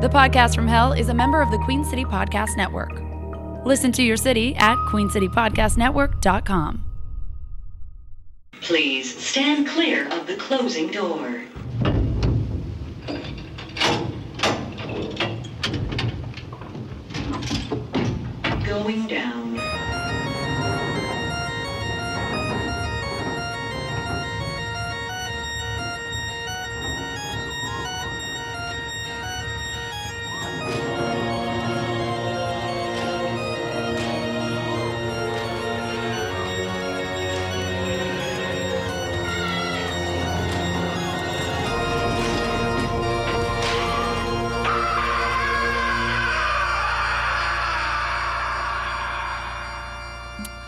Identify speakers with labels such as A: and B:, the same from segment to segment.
A: The Podcast from Hell is a member of the Queen City Podcast Network. Listen to your city at queencitypodcastnetwork.com.
B: Please stand clear of the closing door. Going down.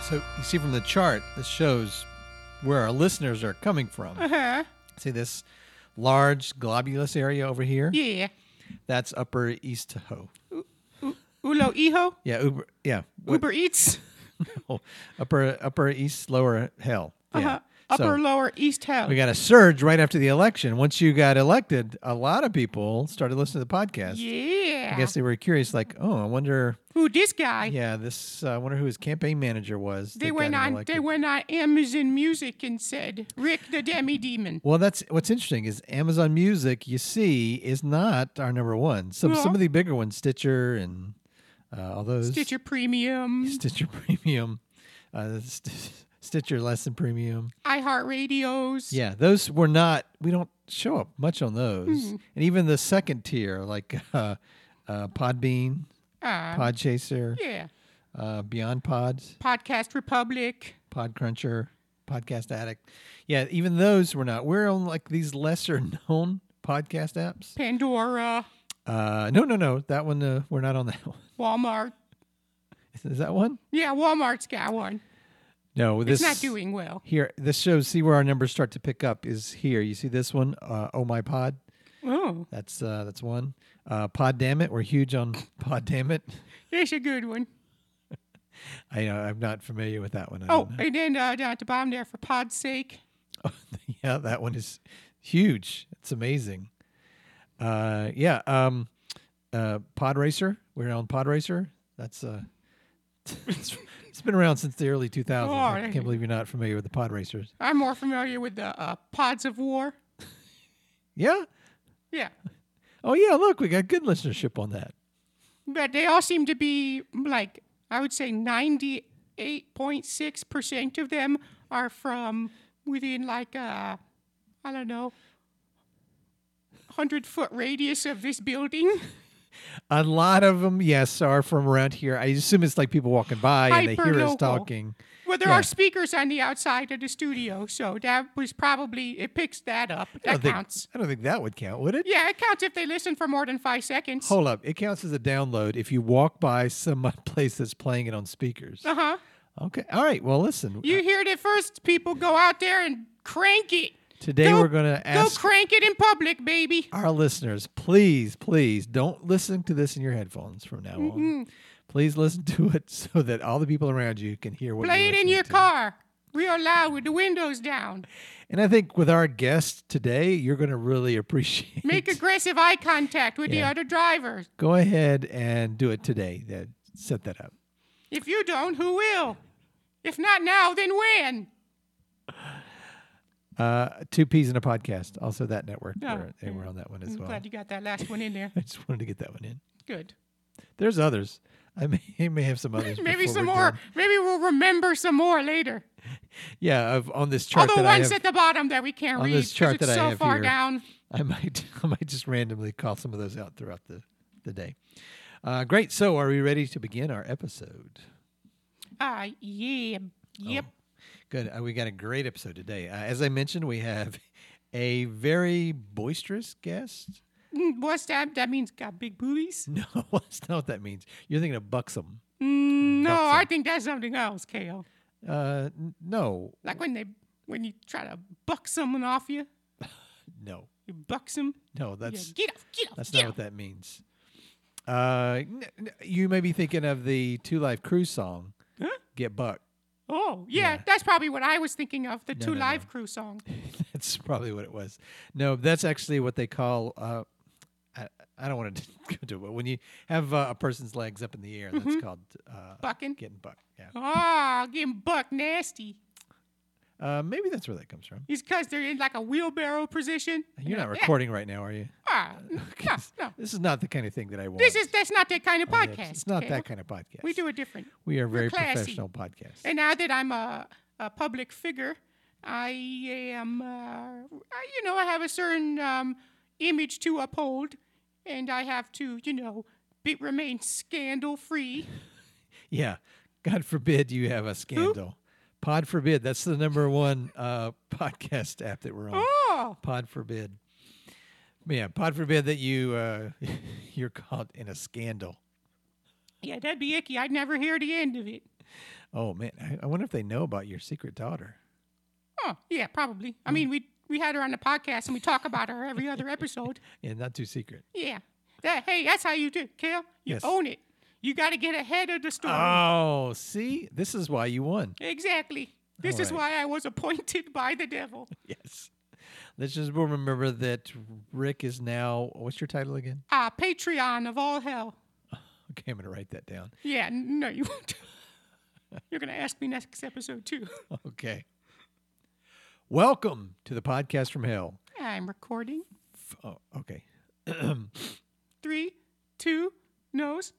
C: So you see from the chart, this shows where our listeners are coming from.
D: Huh?
C: See this large globulous area over here?
D: Yeah.
C: That's Upper East Ho.
D: Ulo Iho?
C: Yeah, Uber. Yeah, what-
D: Uber Eats?
C: Upper Upper East Lower Hell. Yeah.
D: Uh-huh. Upper
C: so
D: Lower East Hell.
C: we got a surge right after the election. Once you got elected, a lot of people started listening to the podcast.
D: yeah.
C: I guess they were curious, like, oh, I wonder.
D: Who this guy?
C: Yeah, this. Uh, I wonder who his campaign manager was.
D: They
C: that got
D: went
C: him
D: on.
C: elected.
D: They went on Amazon Music and said, "Rick the Demi Demon."
C: Well, that's what's interesting is Amazon Music. You see, is not our number one. Some some
D: No.
C: of the bigger ones, Stitcher and uh, all those
D: Stitcher Premium,
C: Stitcher Premium, uh, St- Stitcher Less Than Premium.
D: iHeartRadios.
C: Yeah, those were not. We don't show up much on those,
D: Mm-hmm.
C: and even the second tier, like uh, uh, Podbean,
D: Uh,
C: Podchaser,
D: yeah.
C: uh, Beyond Pods,
D: Podcast Republic.
C: Podcruncher, Podcast Addict. Yeah, even those were not. We're on like these lesser known podcast apps.
D: Pandora,
C: Uh, no, no, no. That one, uh, we're not on that one.
D: Walmart.
C: Is that one?
D: Yeah, Walmart's got one.
C: No, this
D: it's not doing well.
C: here. This shows. See where our numbers start to pick up is here. You see this one? Uh, oh my pod.
D: Oh,
C: That's uh, that's one. Uh, pod damn it, we're huge on pod damn it.
D: it's a good one.
C: I uh, I'm not familiar with that one. I
D: Oh,
C: don't know.
D: and then uh, down at the bottom there for Pod's sake.
C: yeah, that one is huge. It's amazing. Uh, yeah. Um, uh, pod racer. We're on pod racer. That's uh, it's, it's been around since the early 2000s. I
D: Oh,
C: can't believe you're not familiar with the pod racers.
D: I'm more familiar with the uh, Pods of War.
C: Yeah.
D: Yeah,
C: Oh yeah, look, we got good listenership on that.
D: but they all seem to be like I would say 98.6 percent of them are from within like uh, I don't know, hundred foot radius of this building.
C: A lot of them, yes, are from around here. I assume it's like people walking by and they hear us
D: Hyper-local.
C: talking.
D: Well, there
C: Yeah.
D: are speakers on the outside of the studio, so that was probably it picks that up.
C: I
D: That
C: don't, think,
D: counts.
C: I don't think that would count, would it?
D: Yeah, it counts if they listen for more than five seconds.
C: Hold up, it counts as a download if you walk by some place that's playing it on speakers.
D: Uh huh.
C: Okay, all right. Well, listen,
D: You heard it first, people. Go out there and crank it.
C: today
D: go-
C: we're going to ask
D: Go crank it in public, baby.
C: our listeners, please, please don't listen to this in your headphones from now on. Please listen to it so that all the people around you can hear what
D: Play
C: you're
D: it in
C: listening
D: your
C: to.
D: car, real loud with the windows down.
C: And I think with our guest today, you're going to really appreciate
D: Make aggressive eye contact with
C: Yeah.
D: the other drivers.
C: go ahead and do it today. That set that up.
D: If you don't, who will? If not now, then when?
C: Uh, two peas in a podcast. Also that network.
D: Yeah.
C: we're- they were on that one as
D: I'm
C: well.
D: glad you got that last one in there.
C: I just wanted to get that one in.
D: Good.
C: There's others. I may, I may have some others.
D: Maybe
C: before
D: some
C: we're
D: more.
C: done.
D: Maybe we'll remember some more later.
C: Yeah, of, on this
D: All
C: chart
D: the
C: that I
D: ones
C: have,
D: at the bottom that we can't
C: on
D: read
C: this chart
D: it's
C: that I
D: so
C: have
D: far
C: here.
D: down.
C: I might I might just randomly call some of those out throughout the the day. Uh, great. So, are we ready to begin our episode?
D: Ah, yeah.
C: Oh.
D: Yep.
C: Good. Uh, we got a great episode today. Uh, as I mentioned, we have a very boisterous guest.
D: Mm, What's that? That means got big boobies?
C: No, that's not what that means. You're thinking of buxom.
D: Mm, no,
C: Buxom.
D: I think that's something else, Kale.
C: Uh, n- no,
D: Like when they when you try to buck someone off you,
C: no,
D: you buck them.
C: no.
D: you
C: That's
D: get off, get off,
C: that's
D: get
C: not
D: off.
C: what that means. Uh, n- n- you may be thinking of the Two Life Crew song,
D: Huh?
C: "Get Buck."
D: Oh, yeah, that's probably what I was thinking of the Two
C: no,
D: Live Crew song.
C: that's probably what it was. No, that's actually what they call. Uh, I, I don't want to go do it. But when you have uh, a person's legs up in the air, that's
D: Mm-hmm.
C: called uh,
D: Bucking.
C: getting bucked. Yeah.
D: Ah, getting buck nasty.
C: Uh, maybe that's where that comes from.
D: It's because they're in like a wheelbarrow position.
C: You're not recording right now, are you?
D: Ah, no, no.
C: This is not the kind of thing that I want.
D: This is that's not that kind of
C: on the
D: podcast.
C: episode. Oh, It's not
D: okay?
C: that kind of podcast.
D: We do it different.
C: We are a very
D: classy.
C: professional podcast.
D: And now that I'm a, a public figure, I am, uh, I- you know, I have a certain um, image to uphold, and I have to, you know, be, remain scandal free.
C: Yeah. God forbid you have a scandal. Pod forbid. That's the number one uh, podcast app that we're on.
D: Oh,
C: Pod forbid. Yeah, pod forbid that you uh, you're caught in a scandal.
D: yeah, that'd be icky. I'd never hear the end of it.
C: Oh man, I, I wonder if they know about your secret daughter.
D: Oh, yeah, probably. I mean, we we had her on the podcast, and we talk about her every other episode.
C: Yeah, not too secret.
D: Yeah. That, hey, that's how you do, it, Kel. You
C: Yes.
D: own it. You got to get ahead of the story.
C: Oh, see, this is why you won.
D: exactly. This is
C: All
D: why I was appointed by the devil.
C: Yes. Let's just remember that Rick is now. What's your title again?
D: Ah, Patreon of all hell.
C: Okay, I'm gonna write that down.
D: Yeah, n- no, you won't. You're going to ask me next episode, too.
C: Okay. Welcome to the podcast from hell.
D: I'm recording.
C: F- Oh, okay.
D: Three, two, nose.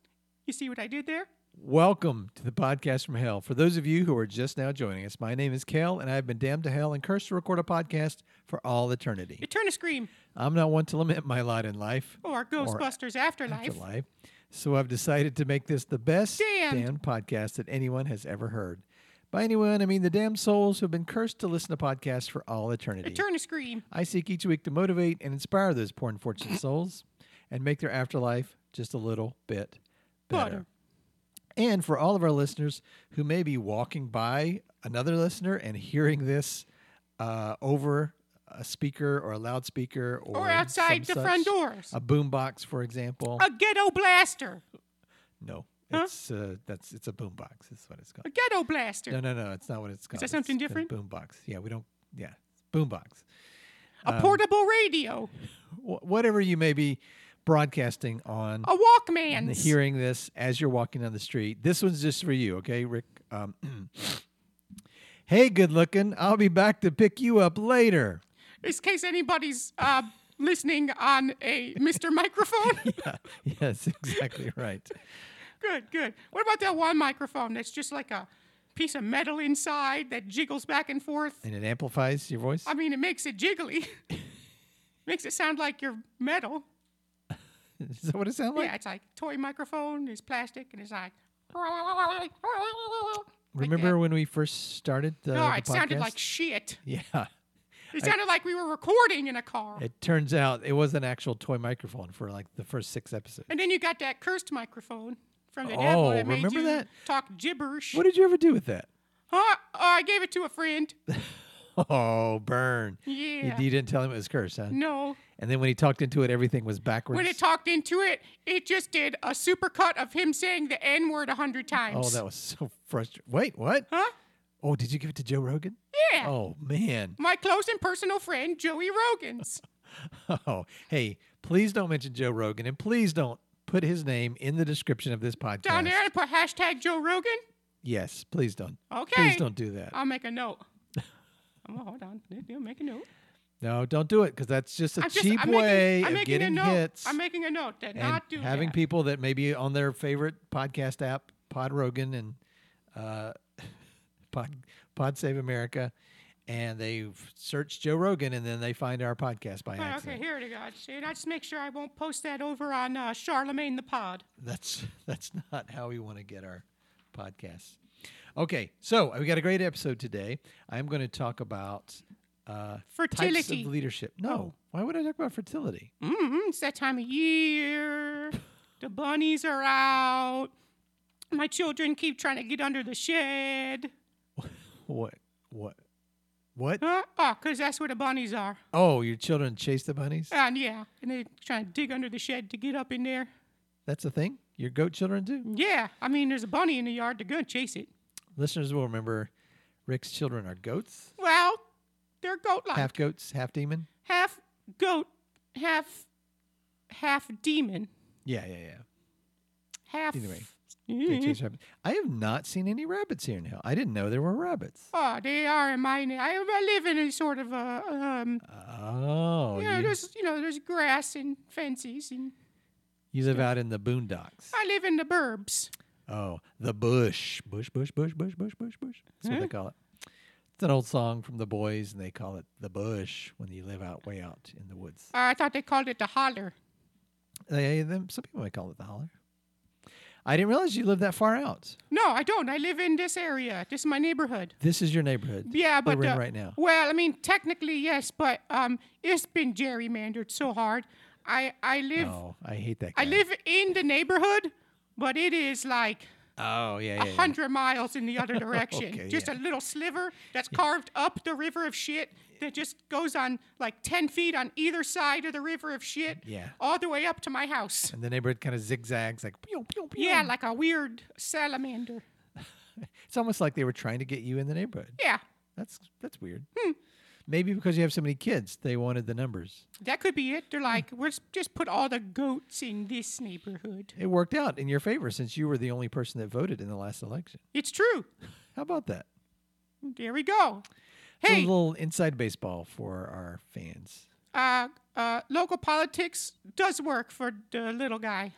D: You see what I did there?
C: Welcome to the podcast from hell. For those of you who are just now joining us, my name is Kel, and I have been damned to hell and cursed to record a podcast for all eternity.
D: You turn a scream
C: I'm not one to lament my lot in life
D: or Ghostbusters Afterlife.
C: afterlife, so I've decided to make this the best
D: Damned.
C: damned podcast that anyone has ever heard. By anyone, I mean the damned souls who have been cursed to listen to podcasts for all eternity.
D: You turn a scream.
C: I seek each week to motivate and inspire those poor unfortunate souls and make their afterlife just a little bit better.
D: Butter.
C: And for all of our listeners who may be walking by another listener and hearing this uh, over a speaker or a loudspeaker or,
D: Or outside
C: some
D: the front
C: such-
D: doors.
C: a boombox, for example.
D: A ghetto blaster.
C: no,
D: Huh?
C: it's uh, that's it's a boombox. That's what it's called.
D: A ghetto blaster.
C: No, no, no, it's not what it's called.
D: that something different?
C: Boombox. Yeah, we don't. Yeah, boombox. um,
D: a portable radio,
C: Wh- whatever you may be broadcasting on.
D: a Walkman.
C: and hearing this as you're walking down the street. This one's just for you, okay, Rick? Um, hey, good looking. I'll be back to pick you up later.
D: In case anybody's uh, listening on a Mr. Microphone.
C: Yeah, yes, exactly right.
D: good, good. What about that one microphone that's just like a piece of metal inside that jiggles back and forth?
C: And it amplifies your voice.
D: I mean, it makes it jiggly. makes it sound like you're metal.
C: Is that what it sounds like?
D: Yeah, it's like toy microphone. It's plastic, and it's like.
C: Remember when we first started the,
D: No,
C: the
D: it sounded
C: podcast?
D: like shit.
C: yeah.
D: It sounded like we were recording in a car.
C: It turns out it was an actual toy microphone for like the first six episodes.
D: And then you got that cursed microphone from the devil
C: Oh,
D: that made
C: remember
D: you
C: that?
D: talk gibberish.
C: What did you ever do with that?
D: Huh? Oh, I gave it to a friend.
C: Oh, burn. You-
D: Yeah.
C: You, didn't tell him it was cursed, huh?
D: No.
C: And then when he talked into it, everything was backwards.
D: When it talked into it, it just did a supercut of him saying the N word a hundred times.
C: Oh, that was so frustrating. Wait, what?
D: Huh?
C: Oh, did you give it to Joe Rogan?
D: Yeah.
C: Oh man.
D: My close and personal friend, Joey Rogan's.
C: Oh, hey, please don't mention Joe Rogan, and please don't put his name in the description of this podcast.
D: Down there, I put hashtag Joe Rogan.
C: Yes, please don't.
D: Okay.
C: Please don't do that.
D: I'll make a note. Oh, hold on. I'll make a note.
C: no, don't do it because that's just a
D: I'm just,
C: cheap
D: I'm
C: way
D: making, I'm
C: of
D: making
C: getting
D: a note.
C: hits
D: I'm making a note that
C: and
D: not do
C: having
D: that.
C: people that may be on their favorite podcast app, Pod Rogan and uh, Pod Pod Save America, and they search Joe Rogan and then they find our podcast by
D: All right,
C: accident.
D: okay, here it is. And I just make sure I won't post that over on uh, Charlemagne the Pod.
C: that's that's not how we want to get our podcasts. Okay, so we got a great episode today. I'm going to talk about uh, types
D: Fertility.
C: of leadership. No,
D: Oh.
C: why would I talk about fertility?
D: Mm-hmm, it's that time of year. The bunnies are out. My children keep trying to get under the shed.
C: What? What? What?
D: Huh? Oh, 'cause that's where the bunnies are.
C: Oh, your children chase the bunnies?
D: And yeah, and they trying to dig under the shed to get up in there.
C: That's a thing. Your goat children do.
D: Yeah, I mean, there's a bunny in the yard. They're going to chase it.
C: Listeners will remember, Rick's children are goats,
D: Well, they're goat like.
C: half goats, half demon.
D: half goat, half half demon,
C: Yeah, yeah, yeah.
D: half.
C: Either way. They
D: Mm.
C: chase rabbits. I have not seen any rabbits here in hell. I didn't know there were rabbits.
D: Oh, they are in mine. I, I live in a sort of a um.
C: Oh,
D: yeah,
C: you,
D: there's you know there's grass and fences, and
C: you live out in the boondocks.
D: I live in the burbs.
C: Oh, the bush. Bush, bush, bush, bush, bush, bush, bush. That's what they call it. It's an old song from the boys, and they call it the bush when you live out way out in the woods.
D: Uh, I thought they called it the holler.
C: They, them, some people might call it the holler. I didn't realize you lived that far out.
D: No, I don't. I live in this area. This is my neighborhood.
C: This is your neighborhood.
D: Yeah,
C: that
D: but
C: we're in
D: uh,
C: right now.
D: Well, I mean, technically yes, but um, it's been gerrymandered so hard. I I live
C: Oh, I hate that. Guy.
D: I live in the neighborhood, but it is like
C: Oh yeah, yeah. yeah.
D: hundred miles in the other direction.
C: Okay,
D: just
C: yeah.
D: a little sliver that's carved up the river of shit that just goes on like ten feet on either side of the river of shit.
C: Yeah.
D: All the way up to my house.
C: And the neighborhood kind of zigzags, like pew, pew, pew.
D: Yeah, like a weird salamander.
C: it's almost like they were trying to get you in the neighborhood.
D: Yeah,
C: That's that's weird.
D: Hmm.
C: Maybe because you have so many kids, they wanted the numbers.
D: that could be it. They're like, we're s- just put all the goats in this neighborhood.
C: It worked out in your favor since you were the only person that voted in the last election.
D: It's true.
C: How about that?
D: There we go.
C: It's a
D: Hey,
C: little inside baseball for our fans.
D: uh, uh, local politics does work for the little guy.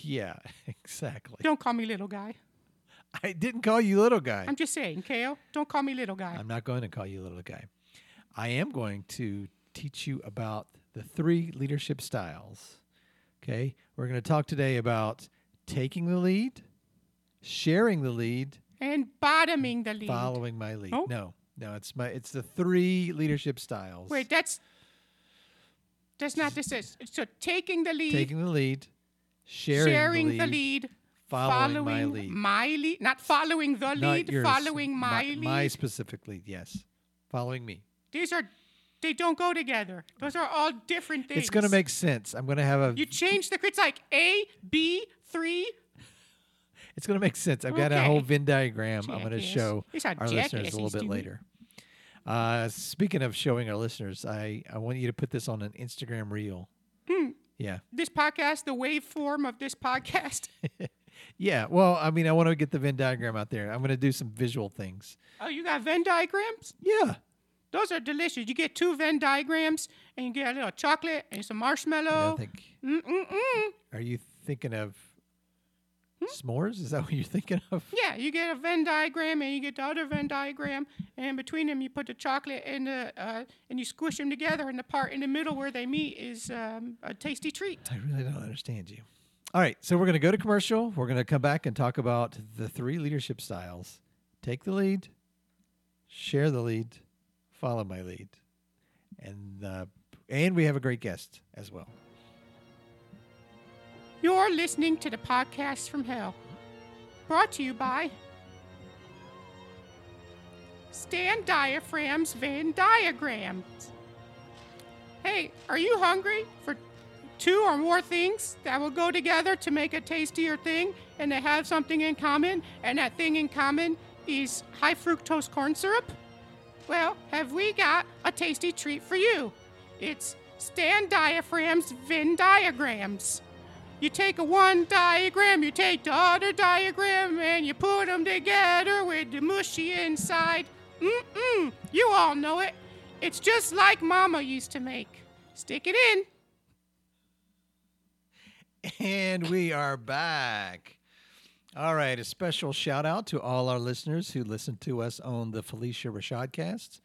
C: yeah, exactly.
D: Don't call me little guy.
C: I didn't call you little guy.
D: I'm just saying, Kale. Don't call me little guy.
C: I'm not going to call you little guy. I am going to teach you about the three leadership styles. Okay. We're going to talk today about taking the lead, sharing the lead,
D: and bottoming the lead.
C: following my lead.
D: Oh.
C: No, no, it's my, it's the three leadership styles.
D: Wait, that's that's not this is so taking the lead,
C: taking the lead, sharing,
D: sharing
C: the lead, following,
D: following
C: my lead.
D: my lead, not following the
C: Not
D: lead,
C: yours,
D: following my, lead.
C: My specifically, yes. Following me.
D: These are they don't go together. Those are all different things.
C: It's going to make sense. I'm going to have a.
D: you change the it's like A B three.
C: It's going to make sense. I've got a whole
D: Okay.
C: Venn diagram I'm going to
D: Jackass.
C: show
D: He's a
C: our listeners
D: jackass,
C: a little
D: he's
C: bit
D: doing-
C: later. Uh, speaking of showing our listeners, I, I want you to put this on an Instagram reel.
D: Hmm.
C: Yeah.
D: This podcast, the waveform of this podcast.
C: Yeah. Well, I mean, I want to get the Venn diagram out there. I'm going to do some visual things.
D: oh, you got Venn diagrams?
C: Yeah.
D: Those are delicious. You get two Venn diagrams, and you get a little chocolate and some
C: And I
D: marshmallow.
C: think,
D: Mm-mm-mm.
C: are you thinking of
D: Hmm?
C: s'mores? Is that what you're thinking of?
D: Yeah, you get a Venn diagram and you get the other Venn diagram, and in between them you put the chocolate and the uh, and you squish them together, and the part in the middle where they meet is um, a tasty treat.
C: I really don't understand you. All right, so we're going to go to commercial. We're going to come back and talk about the three leadership styles take the lead, share the lead, follow my lead. And, uh, and we have a great guest as well.
D: You're listening to the podcast from hell, brought to you by Stan Diaphragm's Venn diagrams. Hey, are you hungry for two or more things that will go together to make a tastier thing and they have something in common? And that thing in common is high fructose corn syrup? Well, have we got a tasty treat for you? It's Stan Diaphragm's Venn diagrams. You take a one diagram, you take the other diagram, and you put them together with the mushy inside. Mm-mm, you all know it. It's just like Mama used to make. Stick it in.
C: And we are back. All right, a special shout out to all our listeners who listen to us on the Felicia Rashadcast.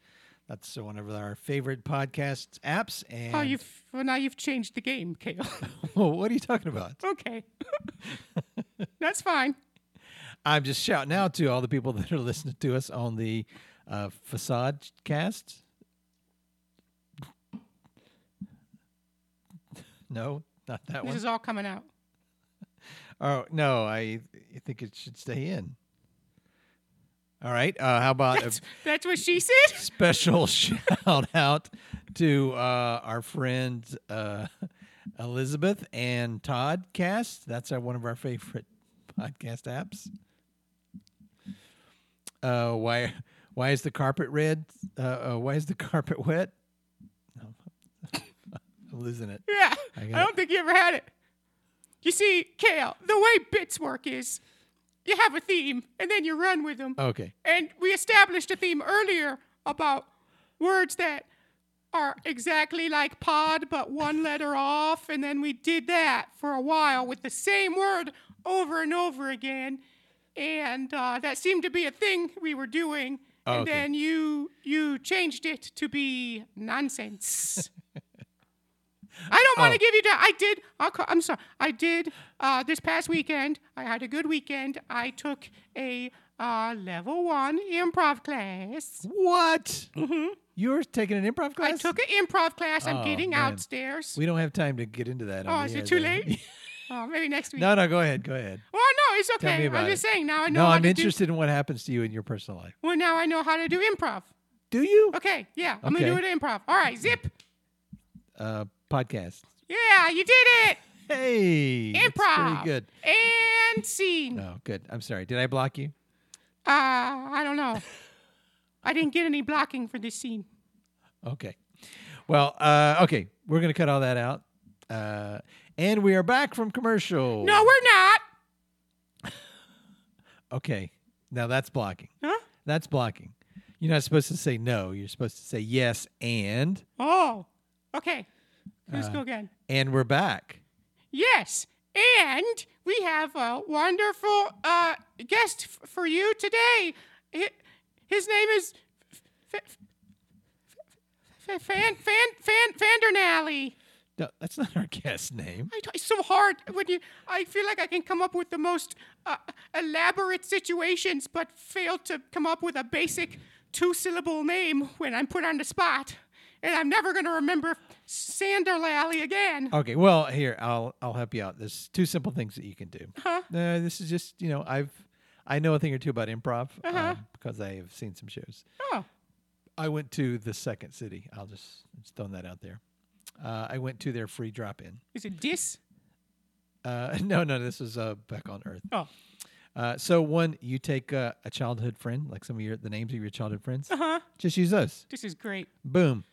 C: That's one of our favorite podcast apps. And
D: Oh, you've well now you've changed the game, Kale.
C: what are you talking about?
D: okay, that's fine.
C: I'm just shouting out to all the people that are listening to us on the uh, facade cast. No, not that
D: This
C: one.
D: is all coming out.
C: Oh no, I, I think it should stay in. All right. Uh, how about a
D: That's, that's what she said.
C: special shout out to uh, our friend uh, Elizabeth and Todd Cast. That's our, one of our favorite podcast apps. Uh, why why is the carpet red? Uh, uh, why is the carpet wet? No. I'm losing it.
D: Yeah.
C: I
D: I,
C: got
D: don't think you ever had it. You see, Kale, the way bits work is you have a theme and then you run with them.
C: Okay.
D: And we established a theme earlier about words that are exactly like pod but one letter off. And then we did that for a while with the same word over and over again. And uh, that seemed to be a thing we were doing. and
C: okay.
D: then you you changed it to be nonsense. I don't
C: Oh.
D: want to give you that. I did. I'll call, I'm sorry. I did uh, this past weekend. I had a good weekend. I took a uh, level one improv class.
C: What? You're taking an improv class?
D: Mm-hmm. I took an improv class.
C: Oh,
D: I'm getting
C: man.
D: outstairs.
C: We don't have time to get into that. on
D: Oh,
C: the
D: is it
C: air,
D: too
C: though.
D: late? oh, maybe next week.
C: no, no. Go ahead. Go ahead.
D: Well, no, it's
C: Tell me
D: okay.
C: about
D: I'm just
C: it.
D: saying now I know.
C: No,
D: how
C: I'm
D: to
C: interested in what happens to you in your personal life.
D: Do, well, now I know how to do improv.
C: Do you?
D: Okay, yeah, I'm gonna
C: Okay.
D: do it improv. All right, zip.
C: Uh, podcast.
D: Yeah, you did it.
C: Hey. that's
D: Improv.
C: Pretty good.
D: And scene.
C: No, good. I'm sorry. Did I block you?
D: Uh, I don't know. I didn't get any blocking for this scene.
C: Okay. Well, uh, okay. We're going to cut all that out. Uh, and we are back from commercial.
D: No, we're not.
C: Okay. Now that's blocking.
D: Huh?
C: That's blocking. You're not supposed to say no. You're supposed to say yes and.
D: Oh, okay. Let's go again.
C: And we're back.
D: Yes, and we have a wonderful uh, guest f- for you today. Hi- His name is F- F- F- F- Fan Fan Fan Fandernally.
C: No, that's not our guest name.
D: I, it's so hard when you. I feel like I can come up with the most uh, elaborate situations, but fail to come up with a basic two-syllable name when I'm put on the spot, and I'm never going to remember Sander Lally again.
C: Okay, well, here I'll I'll help you out. There's two simple things that you can do.
D: Huh?
C: Uh, this is just you know I've I know a thing or two about improv um, because I have seen some shows.
D: Uh-huh. Oh,
C: I went to the Second City. I'll just, just throwing that out there. Uh, I went to their free drop-in.
D: is it dis?
C: Uh, no, no, this was uh, back on Earth.
D: Oh,
C: Uh, so one, you take uh, a childhood friend, like some of your the names of your childhood friends.
D: huh?
C: Just use those.
D: This is great.
C: Boom.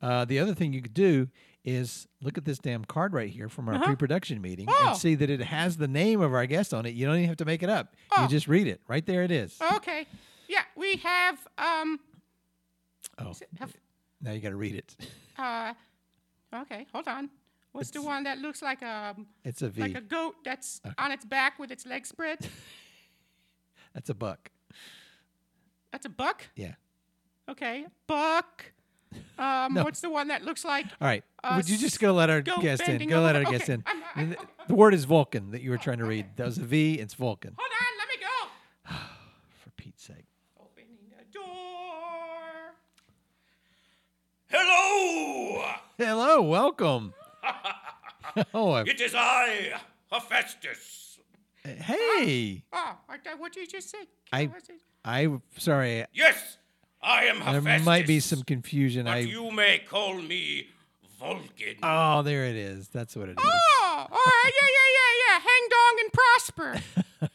C: Uh, the other thing you could do is look at this damn card right here from our pre-production meeting
D: Uh-huh. Oh.
C: and see that it has the name of our guest on it. You don't even have to make it up. You
D: Oh.
C: just read it. Right there it is.
D: Okay, yeah, we have um.
C: Oh,
D: is it- have-
C: now you got to read it.
D: uh, okay, hold on. What's the one that looks like a
C: It's a V.
D: like a goat that's on its back with its legs spread?
C: That's a buck.
D: That's a buck.
C: Yeah.
D: Okay, buck. Um,
C: No.
D: what's the one that looks like?
C: All right.
D: Uh,
C: Would you just go let our
D: go
C: guest in?
D: bending
C: Go let
D: over-
C: our
D: okay,
C: guest in.
D: I'm- I-
C: The- the word is Vulcan that you were trying to read. That was a V. It's Vulcan.
D: Hold on, let me go.
C: For Pete's sake.
D: Opening the door.
E: Hello!
C: Hello. Welcome. oh, I-
E: It is I, Hephaestus.
C: hey.
D: Oh, I, I- what did you just say?
C: I-
D: What was it?
C: I sorry.
E: Yes, I am
C: There
E: Hephaestus.
C: might be some confusion.
E: But
C: I
E: you may call me Vulcan.
C: oh, there it is. That's what it is.
D: Oh, all right, yeah, yeah, yeah, yeah. Hang dong and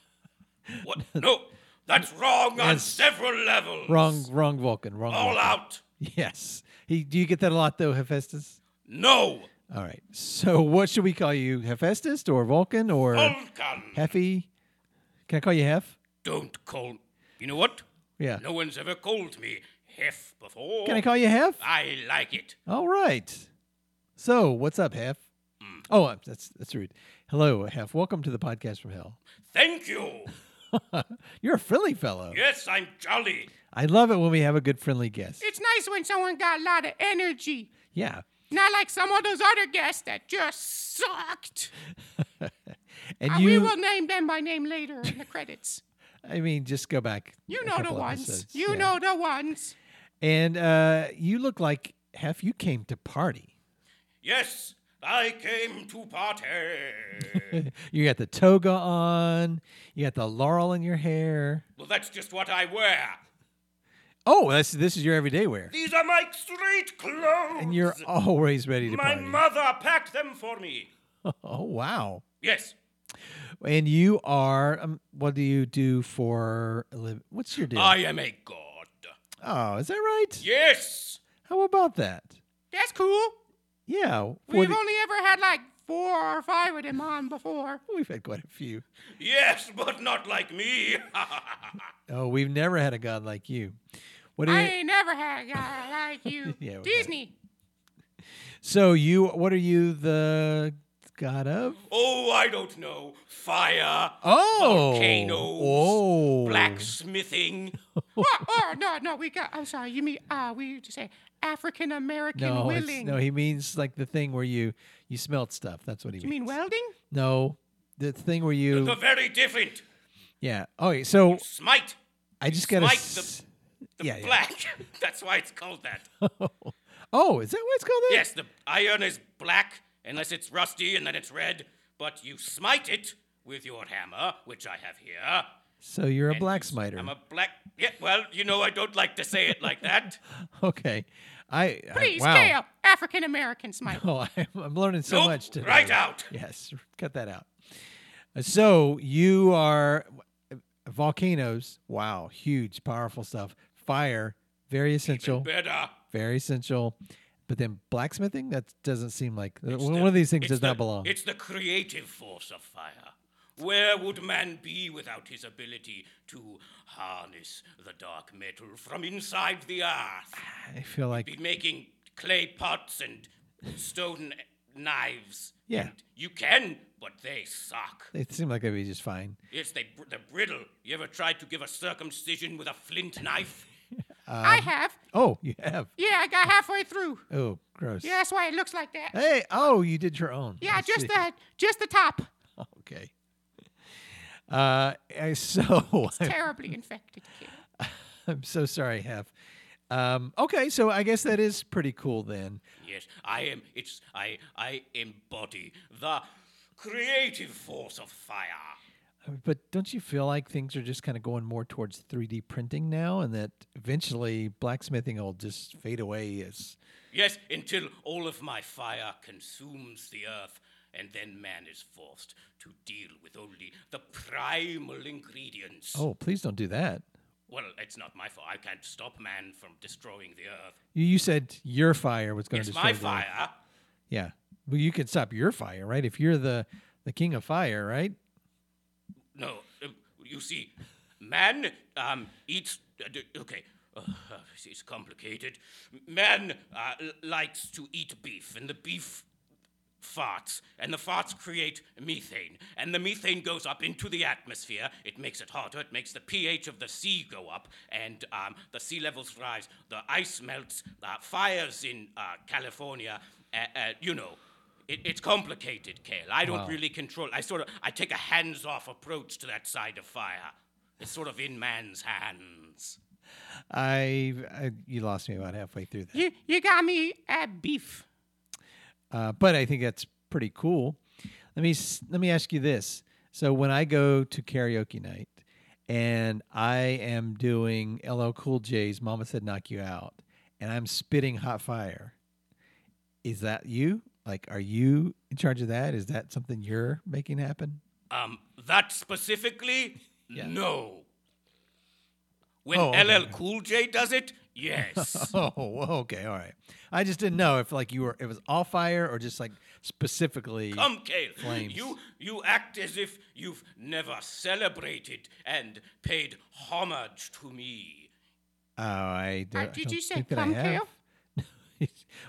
D: prosper.
E: what? No, that's wrong on
C: Yes.
E: several levels.
C: Wrong, wrong Vulcan. Wrong.
E: All
C: Vulcan.
E: out.
C: Yes. He, do you get that a lot though, Hephaestus?
E: No,
C: All right. So what should we call you, Hephaestus or Vulcan or
E: Oh, Vulcan.
C: Heffy? Can I call you Hef?
E: Don't call. You know what?
C: Yeah.
E: No one's ever called me Hef before.
C: Can I call you Hef?
E: I like it.
C: All right. So what's up, Hef?
E: Mm.
C: Oh, uh, that's that's rude. Hello, Hef. Welcome to the podcast from hell.
E: Thank you.
C: You're a friendly fellow.
E: Yes, I'm jolly.
C: I love it when we have a good friendly guest.
D: it's nice when someone got a lot of energy.
C: Yeah.
D: Not like some of those other guests that just sucked.
C: And
D: Uh,
C: you
D: we will name them by name later in the credits.
C: I mean, just go back.
D: You
C: a
D: know the
C: couple
D: ones.
C: episodes.
D: You
C: Yeah.
D: know the ones.
C: And uh, you look like Hef. You came to party.
E: Yes, I came to party.
C: You got the toga on. You got the laurel in your hair.
E: Well, that's just what I wear.
C: Oh, that's this is your everyday wear.
E: These are my street clothes.
C: And you're always ready to
E: my
C: party.
E: mother packed them for me.
C: Oh wow!
E: Yes,
C: And you are. Um, what do you do for a living? What's your deal?
E: I am a god.
C: oh, is that right?
E: Yes,
C: How about that?
D: That's cool.
C: Yeah.
D: We've
C: what-
D: only ever had like four or five of them on before.
C: we've had quite a few.
E: Yes, but not like me.
C: Oh, we've never had a god like you. What
D: I
C: are you,
D: ain't never had a guy like you.
C: Yeah, we got it.
D: Disney.
C: so you? What are you the god of?
E: oh, I don't know. Fire.
C: Oh,
E: Volcanoes.
C: Oh,
E: Blacksmithing.
D: What? Oh, no, no, we got, I'm sorry, you mean, uh, we just say African American
C: No, it's-
D: willing.
C: no, he means like the thing where you you smelt stuff. That's what he
D: you mean
C: means.
D: welding?
C: No, the thing where you.
E: They're very different.
C: yeah. Okay. So
E: Smite.
C: I just gotta.
E: smite
C: s-
E: The
C: Yeah, yeah.
E: black. That's why it's called that.
C: oh, is that what it's called? That?
E: Yes, the iron is black unless it's rusty and then it's red. But you smite it with your hammer, which I have here.
C: So you're a
E: and you s-
C: blacksmiter.
E: I'm a black. Yeah, well, you know, I don't like to say it like that.
C: okay. I. I-
D: Please,
C: Uh, wow.
D: stay up. African American smite.
C: Oh, I'm, I'm learning so
E: Nope,
C: much today.
E: right out.
C: Yes, cut that out. Uh, So you are uh, volcanoes. Wow, huge, powerful stuff. Fire, very essential,
E: Better.
C: very essential. But then blacksmithing, that doesn't seem like one of these things
E: It's
C: does
E: the-
C: not belong.
E: It's the creative force of fire. Where would man be without his ability to harness the dark metal from inside the earth?
C: I feel like
E: Be making clay pots and stone knives.
C: Yeah.
E: And you can, but they suck.
C: it seemed like it'd be just fine.
E: Yes, they br- they're brittle. You ever tried to give a circumcision with a flint knife?
C: Uh,
D: I have.
C: Oh, you have.
D: Yeah, I got halfway through.
C: Oh, gross.
D: Yeah, that's why it looks like that.
C: Hey, oh, you did your own.
D: Yeah,
C: I
D: just
C: see.
D: the just the top.
C: Okay. Uh, I- so
D: Terribly infected kid.
C: I'm so sorry, Hef. Um, okay, so I guess that is pretty cool then.
E: Yes, I am. It's I. I embody the creative force of fire.
C: Uh, But don't you feel like things are just kind of going more towards 3D printing now and that eventually blacksmithing will just fade away as
E: Yes, until all of my fire consumes the earth, and then man is forced to deal with only the primal ingredients.
C: oh, please don't do that.
E: Well, it's not my fault. I can't stop man from destroying the earth.
C: You, you said your fire was going
E: It's
C: to
E: my
C: destroy the-
E: fire.
C: Yeah. Well, you could stop your fire, right? If you're the the king of fire, right?
E: No, um, you see, man um, eats. Uh, d- okay, uh, this is complicated. Man uh, l- likes to eat beef, and the beef farts, and the farts create methane, and the methane goes up into the atmosphere. It makes it hotter. It makes the pH of the sea go up, and um, the sea levels rise. The ice melts. Uh, fires in uh, California. Uh, uh, you know. It, it's complicated, Kale. I don't really control. I sort of I take a hands-off approach to that side of fire. It's sort of in man's hands.
C: I, I you lost me about halfway through that.
D: You you got me at beef.
C: uh, but I think that's pretty cool. Let me s- let me ask you this. So when I go to karaoke night and I am doing LL Cool J's "Mama Said Knock You Out" and I'm spitting hot fire, is that you? Like, are you in charge of that? Is that something you're making happen?
E: Um, that specifically, no. When
C: Oh, okay.
E: LL Cool J does it, yes.
C: Oh, well, okay, all right. I just didn't know if like you were it was all fire or just like specifically.
E: Come, Kale.
C: Flames.
E: You you act as if you've never celebrated and paid homage to me.
C: Oh, I, do,
D: Uh,
C: I
D: did
C: don't
D: you say
C: think that I
D: come,
C: have.
D: Kale?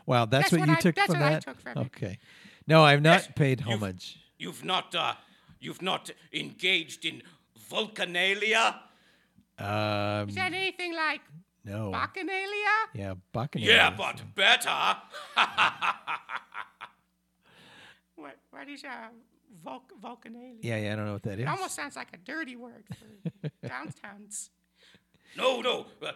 C: wow, that's,
D: That's
C: what
D: what
C: you
D: I-
C: took
D: that's
C: from
D: what I
C: that.
D: took from it.
C: okay, no, I've not
E: Yes,
C: paid
E: you've-
C: homage.
E: You've not uh, you've not engaged in vulcanalia.
C: Um,
D: Is that anything like
C: no,
D: bacchanalia?
C: yeah, Buccaneers.
E: Yeah, but better.
D: What what is uh vulc- vulcanalia?
C: yeah, yeah, I don't know what that is.
D: It almost sounds like a dirty word for downtowns.
E: No, no. Uh, uh,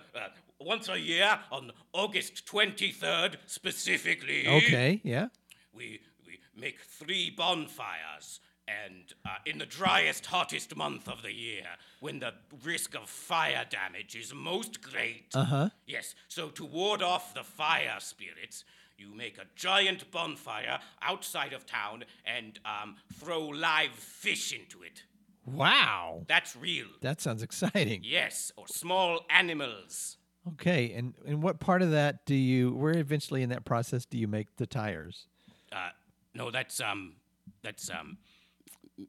E: once a year on August 23rd, specifically.
C: okay, yeah.
E: We, we make three bonfires. And uh, in the driest, hottest month of the year, when the risk of fire damage is most great. Uh huh. Yes, so to ward off the fire spirits, you make a giant bonfire outside of town and um, throw live fish into it.
C: Wow,
E: That's real.
C: that sounds exciting.
E: Yes, or small animals.
C: Okay, and and what part of that do you? Where eventually in that process do you make the tires?
E: Uh, no, that's um, that's um,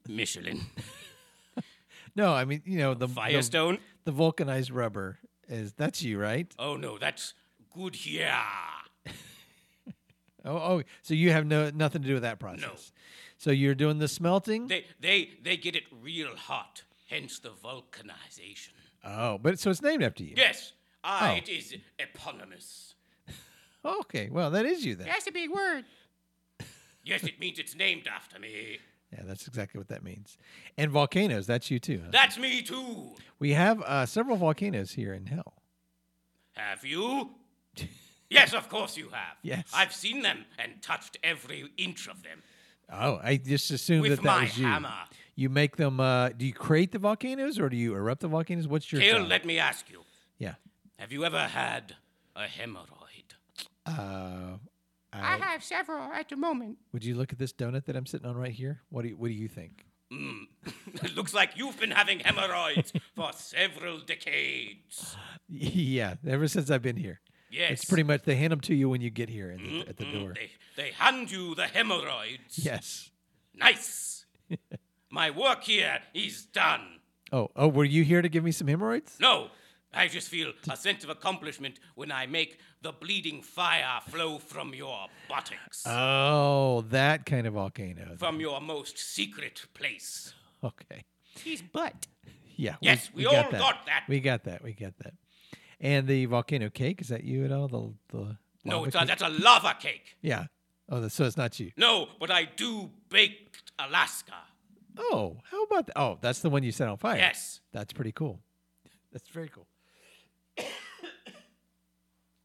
E: Michelin
C: No, I mean you know the the-
E: Firestone.
C: the, vulcanized rubber is that's you, right?
E: Oh no, that's good here.
C: Oh, oh, so you have no nothing to do with that process. So you're doing the smelting.
E: They they they get it real hot, hence the vulcanization.
C: oh, but so it's named after you.
E: Yes, ah,
C: Oh.
E: it is eponymous.
C: Okay, well that is you then.
D: That's a big word.
E: Yes, it means it's named after me.
C: Yeah, that's exactly what that means. And volcanoes, that's you too. huh?
E: That's me too.
C: We have uh, several volcanoes here in hell.
E: Have you? yes, of course you have.
C: Yes.
E: I've seen them and touched every inch of them.
C: Oh, I just assumed
E: With
C: that that
E: my
C: was you.
E: hammer.
C: You make them. Uh, do you create the volcanoes or do you erupt the volcanoes? What's your
E: Here,
C: job?
E: let me ask you.
C: yeah.
E: Have you ever had a hemorrhoid?
C: Uh,
D: I
C: I,
E: Ah.
D: have several at the moment.
C: would you look at this donut that I'm sitting on right here? What do you, What do you think?
E: Mm. it looks like you've been having hemorrhoids for several decades.
C: yeah, ever since I've been here,
E: Yes. Mm-hmm.
C: it's pretty much they hand them to you when you get here at the, at the door.
E: They, they hand you the hemorrhoids.
C: Yes.
E: Nice. My work here is done.
C: Oh, oh, were you here to give me some hemorrhoids?
E: No, I just feel a sense of accomplishment when I make the bleeding fire flow from your buttocks,
C: Oh, that kind of volcano.
E: from your most secret place.
C: Okay.
D: He's butt.
C: Yeah.
E: Yes, we all got that.
C: We got that. We got that. And the volcano cake is that you at all? The the
E: No,
C: lava
E: it's
C: cake?
E: a, that's a lava cake.
C: yeah. Oh, that's- so it's not you.
E: No, but I do baked Alaska.
C: Oh, how about that? Oh, that's the one you set on fire.
E: Yes.
C: That's pretty cool. That's very cool.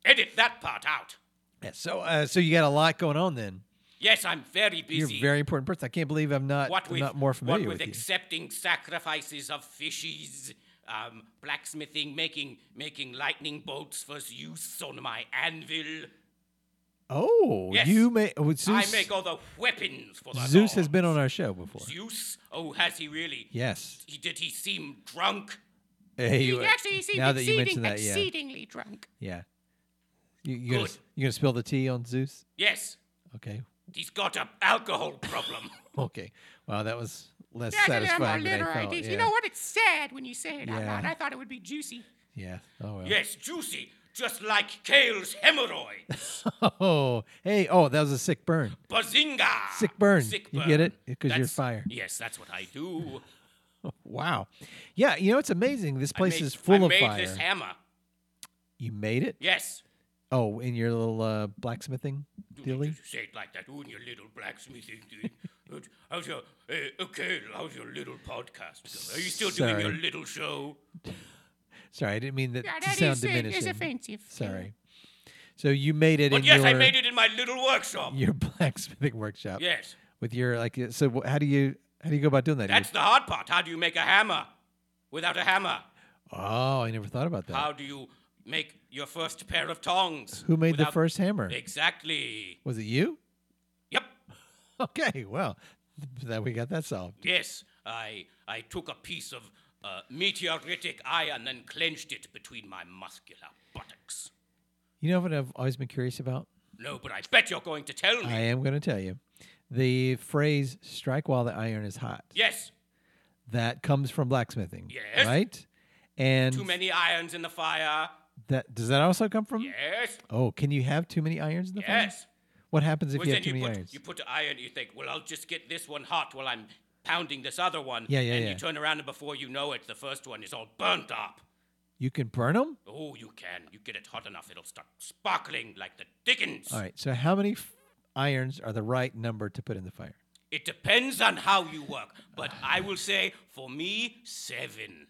E: Edit that part out.
C: Yeah. So uh, so you got a lot going on then.
E: Yes, I'm very busy.
C: You're a very important person. I can't believe I'm not
E: what
C: I'm
E: with
C: not more familiar
E: what with,
C: with you.
E: accepting sacrifices of fishes, um, blacksmithing, making making lightning bolts for use on my anvil.
C: Oh,
E: Yes.
C: you make oh, Zeus.
E: I make all the weapons for the
C: Zeus has
E: Lord.
C: been on our show before.
E: Zeus? Oh, has he really?
C: Yes.
E: He, did he seem drunk?
C: Hey,
D: He
C: you-
D: actually seems
C: now that you mention
D: exceeding,
C: that, yeah,
D: exceedingly drunk.
C: yeah. You, you gonna
E: Good.
C: s- you gonna spill the tea on Zeus?
E: Yes,
C: Okay,
E: he's got an alcohol problem.
C: okay. Wow, that was less
D: That's a little more
C: satisfying than I
D: literate.
C: felt.
D: These-
C: Yeah.
D: You know what? It's sad when you say it out
C: Yeah.
D: loud. I thought it would be juicy.
C: Yeah. Oh well.
E: yes, juicy, just like Kale's hemorrhoid.
C: Oh, hey. Oh, that was a sick burn.
E: Bazinga!
C: Sick burn.
E: Sick
C: You
E: burn.
C: get it? 'Cause you're
E: That's-
C: fire.
E: Yes, that's what I do.
C: Wow. Yeah, you know it's amazing. This place
E: I made,
C: is full
E: I
C: of
E: made
C: fire.
E: this hammer.
C: you made it?
E: Yes.
C: Oh, in your little uh, blacksmithing dilly?
E: Did you say it like that? Ooh, and your little blacksmithing thing. Good. How's your uh, okay? How's your little podcast? going? Are you still doing your
C: Sorry.
E: little show?
C: Sorry, I didn't mean that
D: Yeah,
C: to
D: that
C: sound
D: is, uh, is
C: diminishing.
D: offensive.
C: Sorry. So you made it
E: But
C: in
E: yes,
C: your,
E: I made it in my little workshop.
C: your blacksmithing workshop.
E: Yes,
C: With your like, uh, so wh- how do you how do you go about doing that? Do you-
E: that's the hard part. How do you make a hammer without a hammer?
C: oh, I never thought about that.
E: How do you make your first pair of tongs?
C: Who made the
E: without-
C: first hammer?
E: Exactly.
C: Was it you?
E: Yep.
C: Okay, well, that we got that solved.
E: Yes, I I took a piece of uh, meteoritic iron and clenched it between my muscular buttocks.
C: You know what I've always been curious about?
E: No, but I bet you're going to tell me.
C: I am going to tell you. The phrase strike while the iron is hot.
E: yes.
C: That comes from blacksmithing.
E: Yes.
C: Right? And
E: Too many irons in the fire.
C: that does that also come from?
E: Yes.
C: Oh, can you have too many irons in the fire?
E: Yes.
C: What happens if
E: Well,
C: you
E: then
C: have too
E: you
C: many
E: put,
C: irons?
E: you put the iron, you think, well, I'll just get this one hot while I'm pounding this other one.
C: Yeah, yeah,
E: And
C: yeah.
E: you turn around, and before you know it, the first one is all burnt up.
C: You can burn them?
E: Oh, you can. You get it hot enough, it'll start sparkling like the dickens.
C: All right. So how many f- irons are the right number to put in the fire?
E: It depends on how you work, but I will say, for me, seven.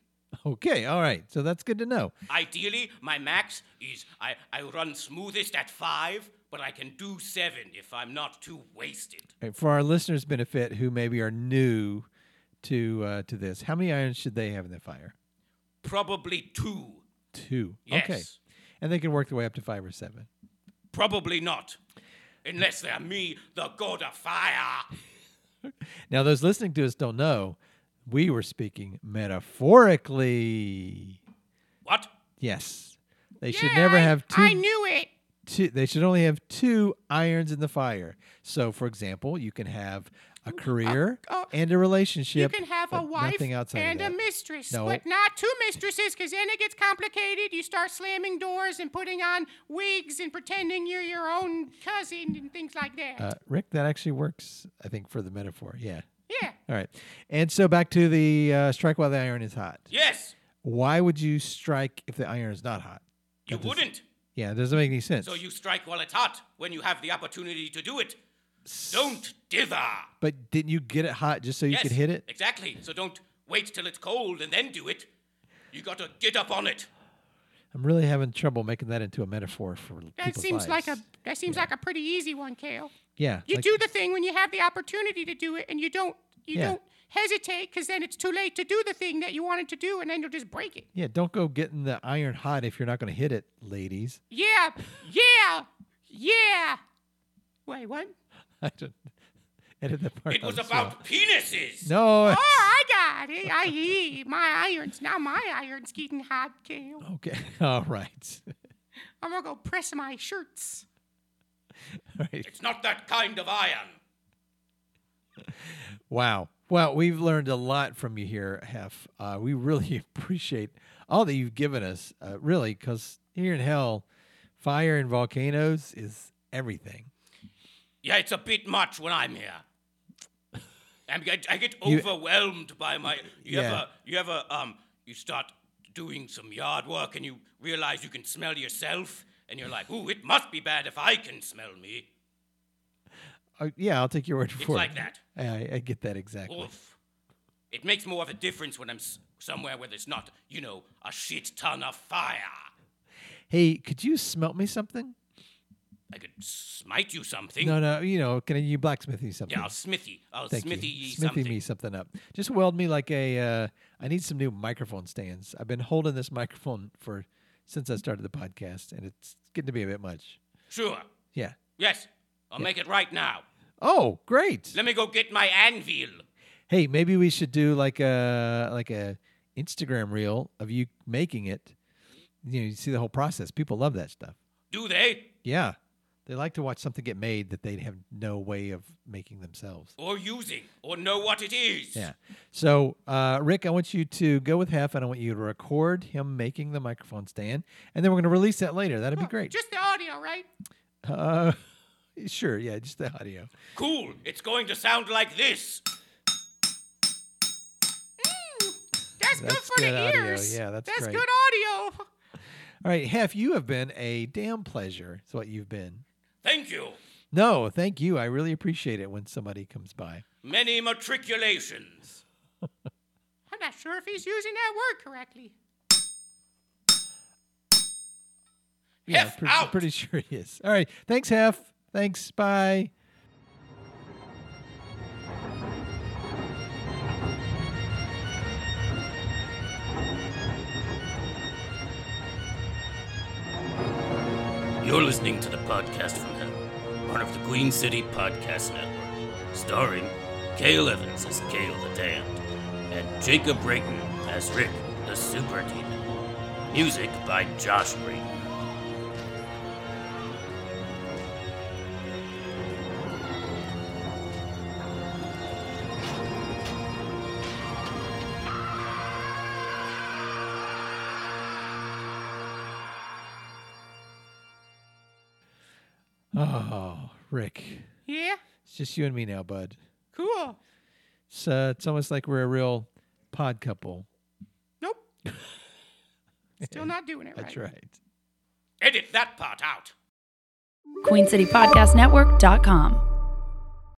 C: Okay. All right. So that's good to know.
E: Ideally, my max is I, I run smoothest at five, but I can do seven if I'm not too wasted.
C: All right, For our listeners' benefit who maybe are new to uh, to this, how many irons should they have in the fire?
E: Probably two.
C: Two. Okay.
E: Yes.
C: And they can work their way up to five or seven.
E: Probably not. Unless they're me, the god of fire.
C: Now, those listening to us don't know, we were speaking metaphorically.
E: What?
C: Yes. They
D: Yeah,
C: should never
D: I-
C: have two.
D: I knew it.
C: two. They should only have two irons in the fire. So, for example, you can have a career
D: uh,
C: and a relationship.
D: You can have a
C: but
D: wife
C: nothing outside of
D: and a
C: that.
D: mistress,
C: No.
D: but not two mistresses, because then it gets complicated. You start slamming doors and putting on wigs and pretending you're your own cousin and things like that.
C: Uh, Rick, that actually works. I think for the metaphor. Yeah.
D: yeah.
C: All right. And so back to the uh, strike while the iron is hot.
E: Yes,
C: Why would you strike if the iron is not hot?
E: you wouldn't.
C: Yeah, it doesn't make any sense.
E: So you strike while it's hot when you have the opportunity to do it. Don't dither.
C: but didn't you get it hot just so you
E: yes,
C: could hit it?
E: Exactly. So don't wait till it's cold and then do it. You got to get up on it.
C: I'm really having trouble making that into a metaphor for
D: That
C: people's
D: seems like a
C: lives.
D: that seems like a pretty easy one, Kale.
C: yeah.
D: You
C: like-
D: do the thing when you have the opportunity to do it, and you don't you
C: Yeah.
D: don't hesitate, because then it's too late to do the thing that you wanted to do, and then you'll just break it.
C: Yeah, don't go getting the iron hot if you're not going to hit it, ladies.
D: Yeah, yeah, yeah. Wait, what?
C: I don't edit that part.
E: It was
C: out, so-
E: about penises.
C: no.
D: Oh, I got it. I hear my irons. Now my irons getting hot, Kale.
C: Okay. All right.
D: I'm gonna go press my shirts.
C: All right.
E: It's not that kind of iron.
C: Wow. Well, we've learned a lot from you here, Hef. Uh, we really appreciate all that you've given us, uh, really, because here in hell, fire and volcanoes is everything.
E: Yeah, it's a bit much when I'm here. I'm, get- I, get
C: You-
E: overwhelmed by my.
C: Yeah.
E: You ever, you ever, um, you start doing some yard work and you realize you can smell yourself, and you're like, "Ooh, it must be bad if I can smell me."
C: Uh, yeah, I'll take your word for it.
E: like that.
C: I, I get that exactly.
E: Oof. It makes more of a difference when I'm s- somewhere where there's not, you know, a shit ton of fire.
C: Hey, could you smelt me something?
E: I could smite you something.
C: No, no, you know, can you blacksmith me something?
E: Yeah, I'll smithy. I'll
C: Thank
E: smithy
C: you.
E: ye
C: Smithy
E: something.
C: me something up. Just weld me like a. Uh, I need some new microphone stands. I've been holding this microphone for since I started the podcast, and it's getting to be a bit much.
E: Sure.
C: Yeah.
E: Yes. I'll make it right now.
C: Oh, great.
E: Let me go get my anvil.
C: Hey, maybe we should do like a like a Instagram reel of you making it. You know, you see the whole process. People love that stuff.
E: Do they?
C: Yeah, they like to watch something get made that they have no way of making themselves.
E: Or using? Or know what it is?
C: Yeah. So, uh, Rick, I want you to go with Hef, and I want you to record him making the microphone stand, and then we're going to release that later. That'd be great.
D: Oh, Just the audio, right?
C: uh, sure. Yeah, just the audio.
E: Cool. It's going to sound like this.
D: Mm. That's, good
C: That's
D: for
C: good
D: the
C: audio.
D: ears.
C: Yeah, that's
D: that's
C: great.
D: good audio.
C: All right, Hef, you have been a damn pleasure. Is what you've been.
E: Thank you.
C: No, thank you. I really appreciate it when somebody comes by.
E: Many matriculations.
D: I'm not sure if he's using that word correctly.
C: Yeah,
E: Hef
C: pretty,
E: out.
C: pretty sure he is. All right. Thanks, Hef. Thanks. Bye.
E: You're listening to the podcast from Hell, part of the Queen City Podcast Network, starring Cale Evans as Cale the Damned and Jacob Brayton as Rick the Super Demon. Music by Josh Brayton.
C: Oh, Rick.
D: Yeah,
C: It's just you and me now, bud.
D: cool.
C: It's, uh, it's almost like we're a real pod couple.
D: Nope. Still not doing it right.
C: That's right.
E: Edit that part out.
A: QueenCityPodcastNetwork.com.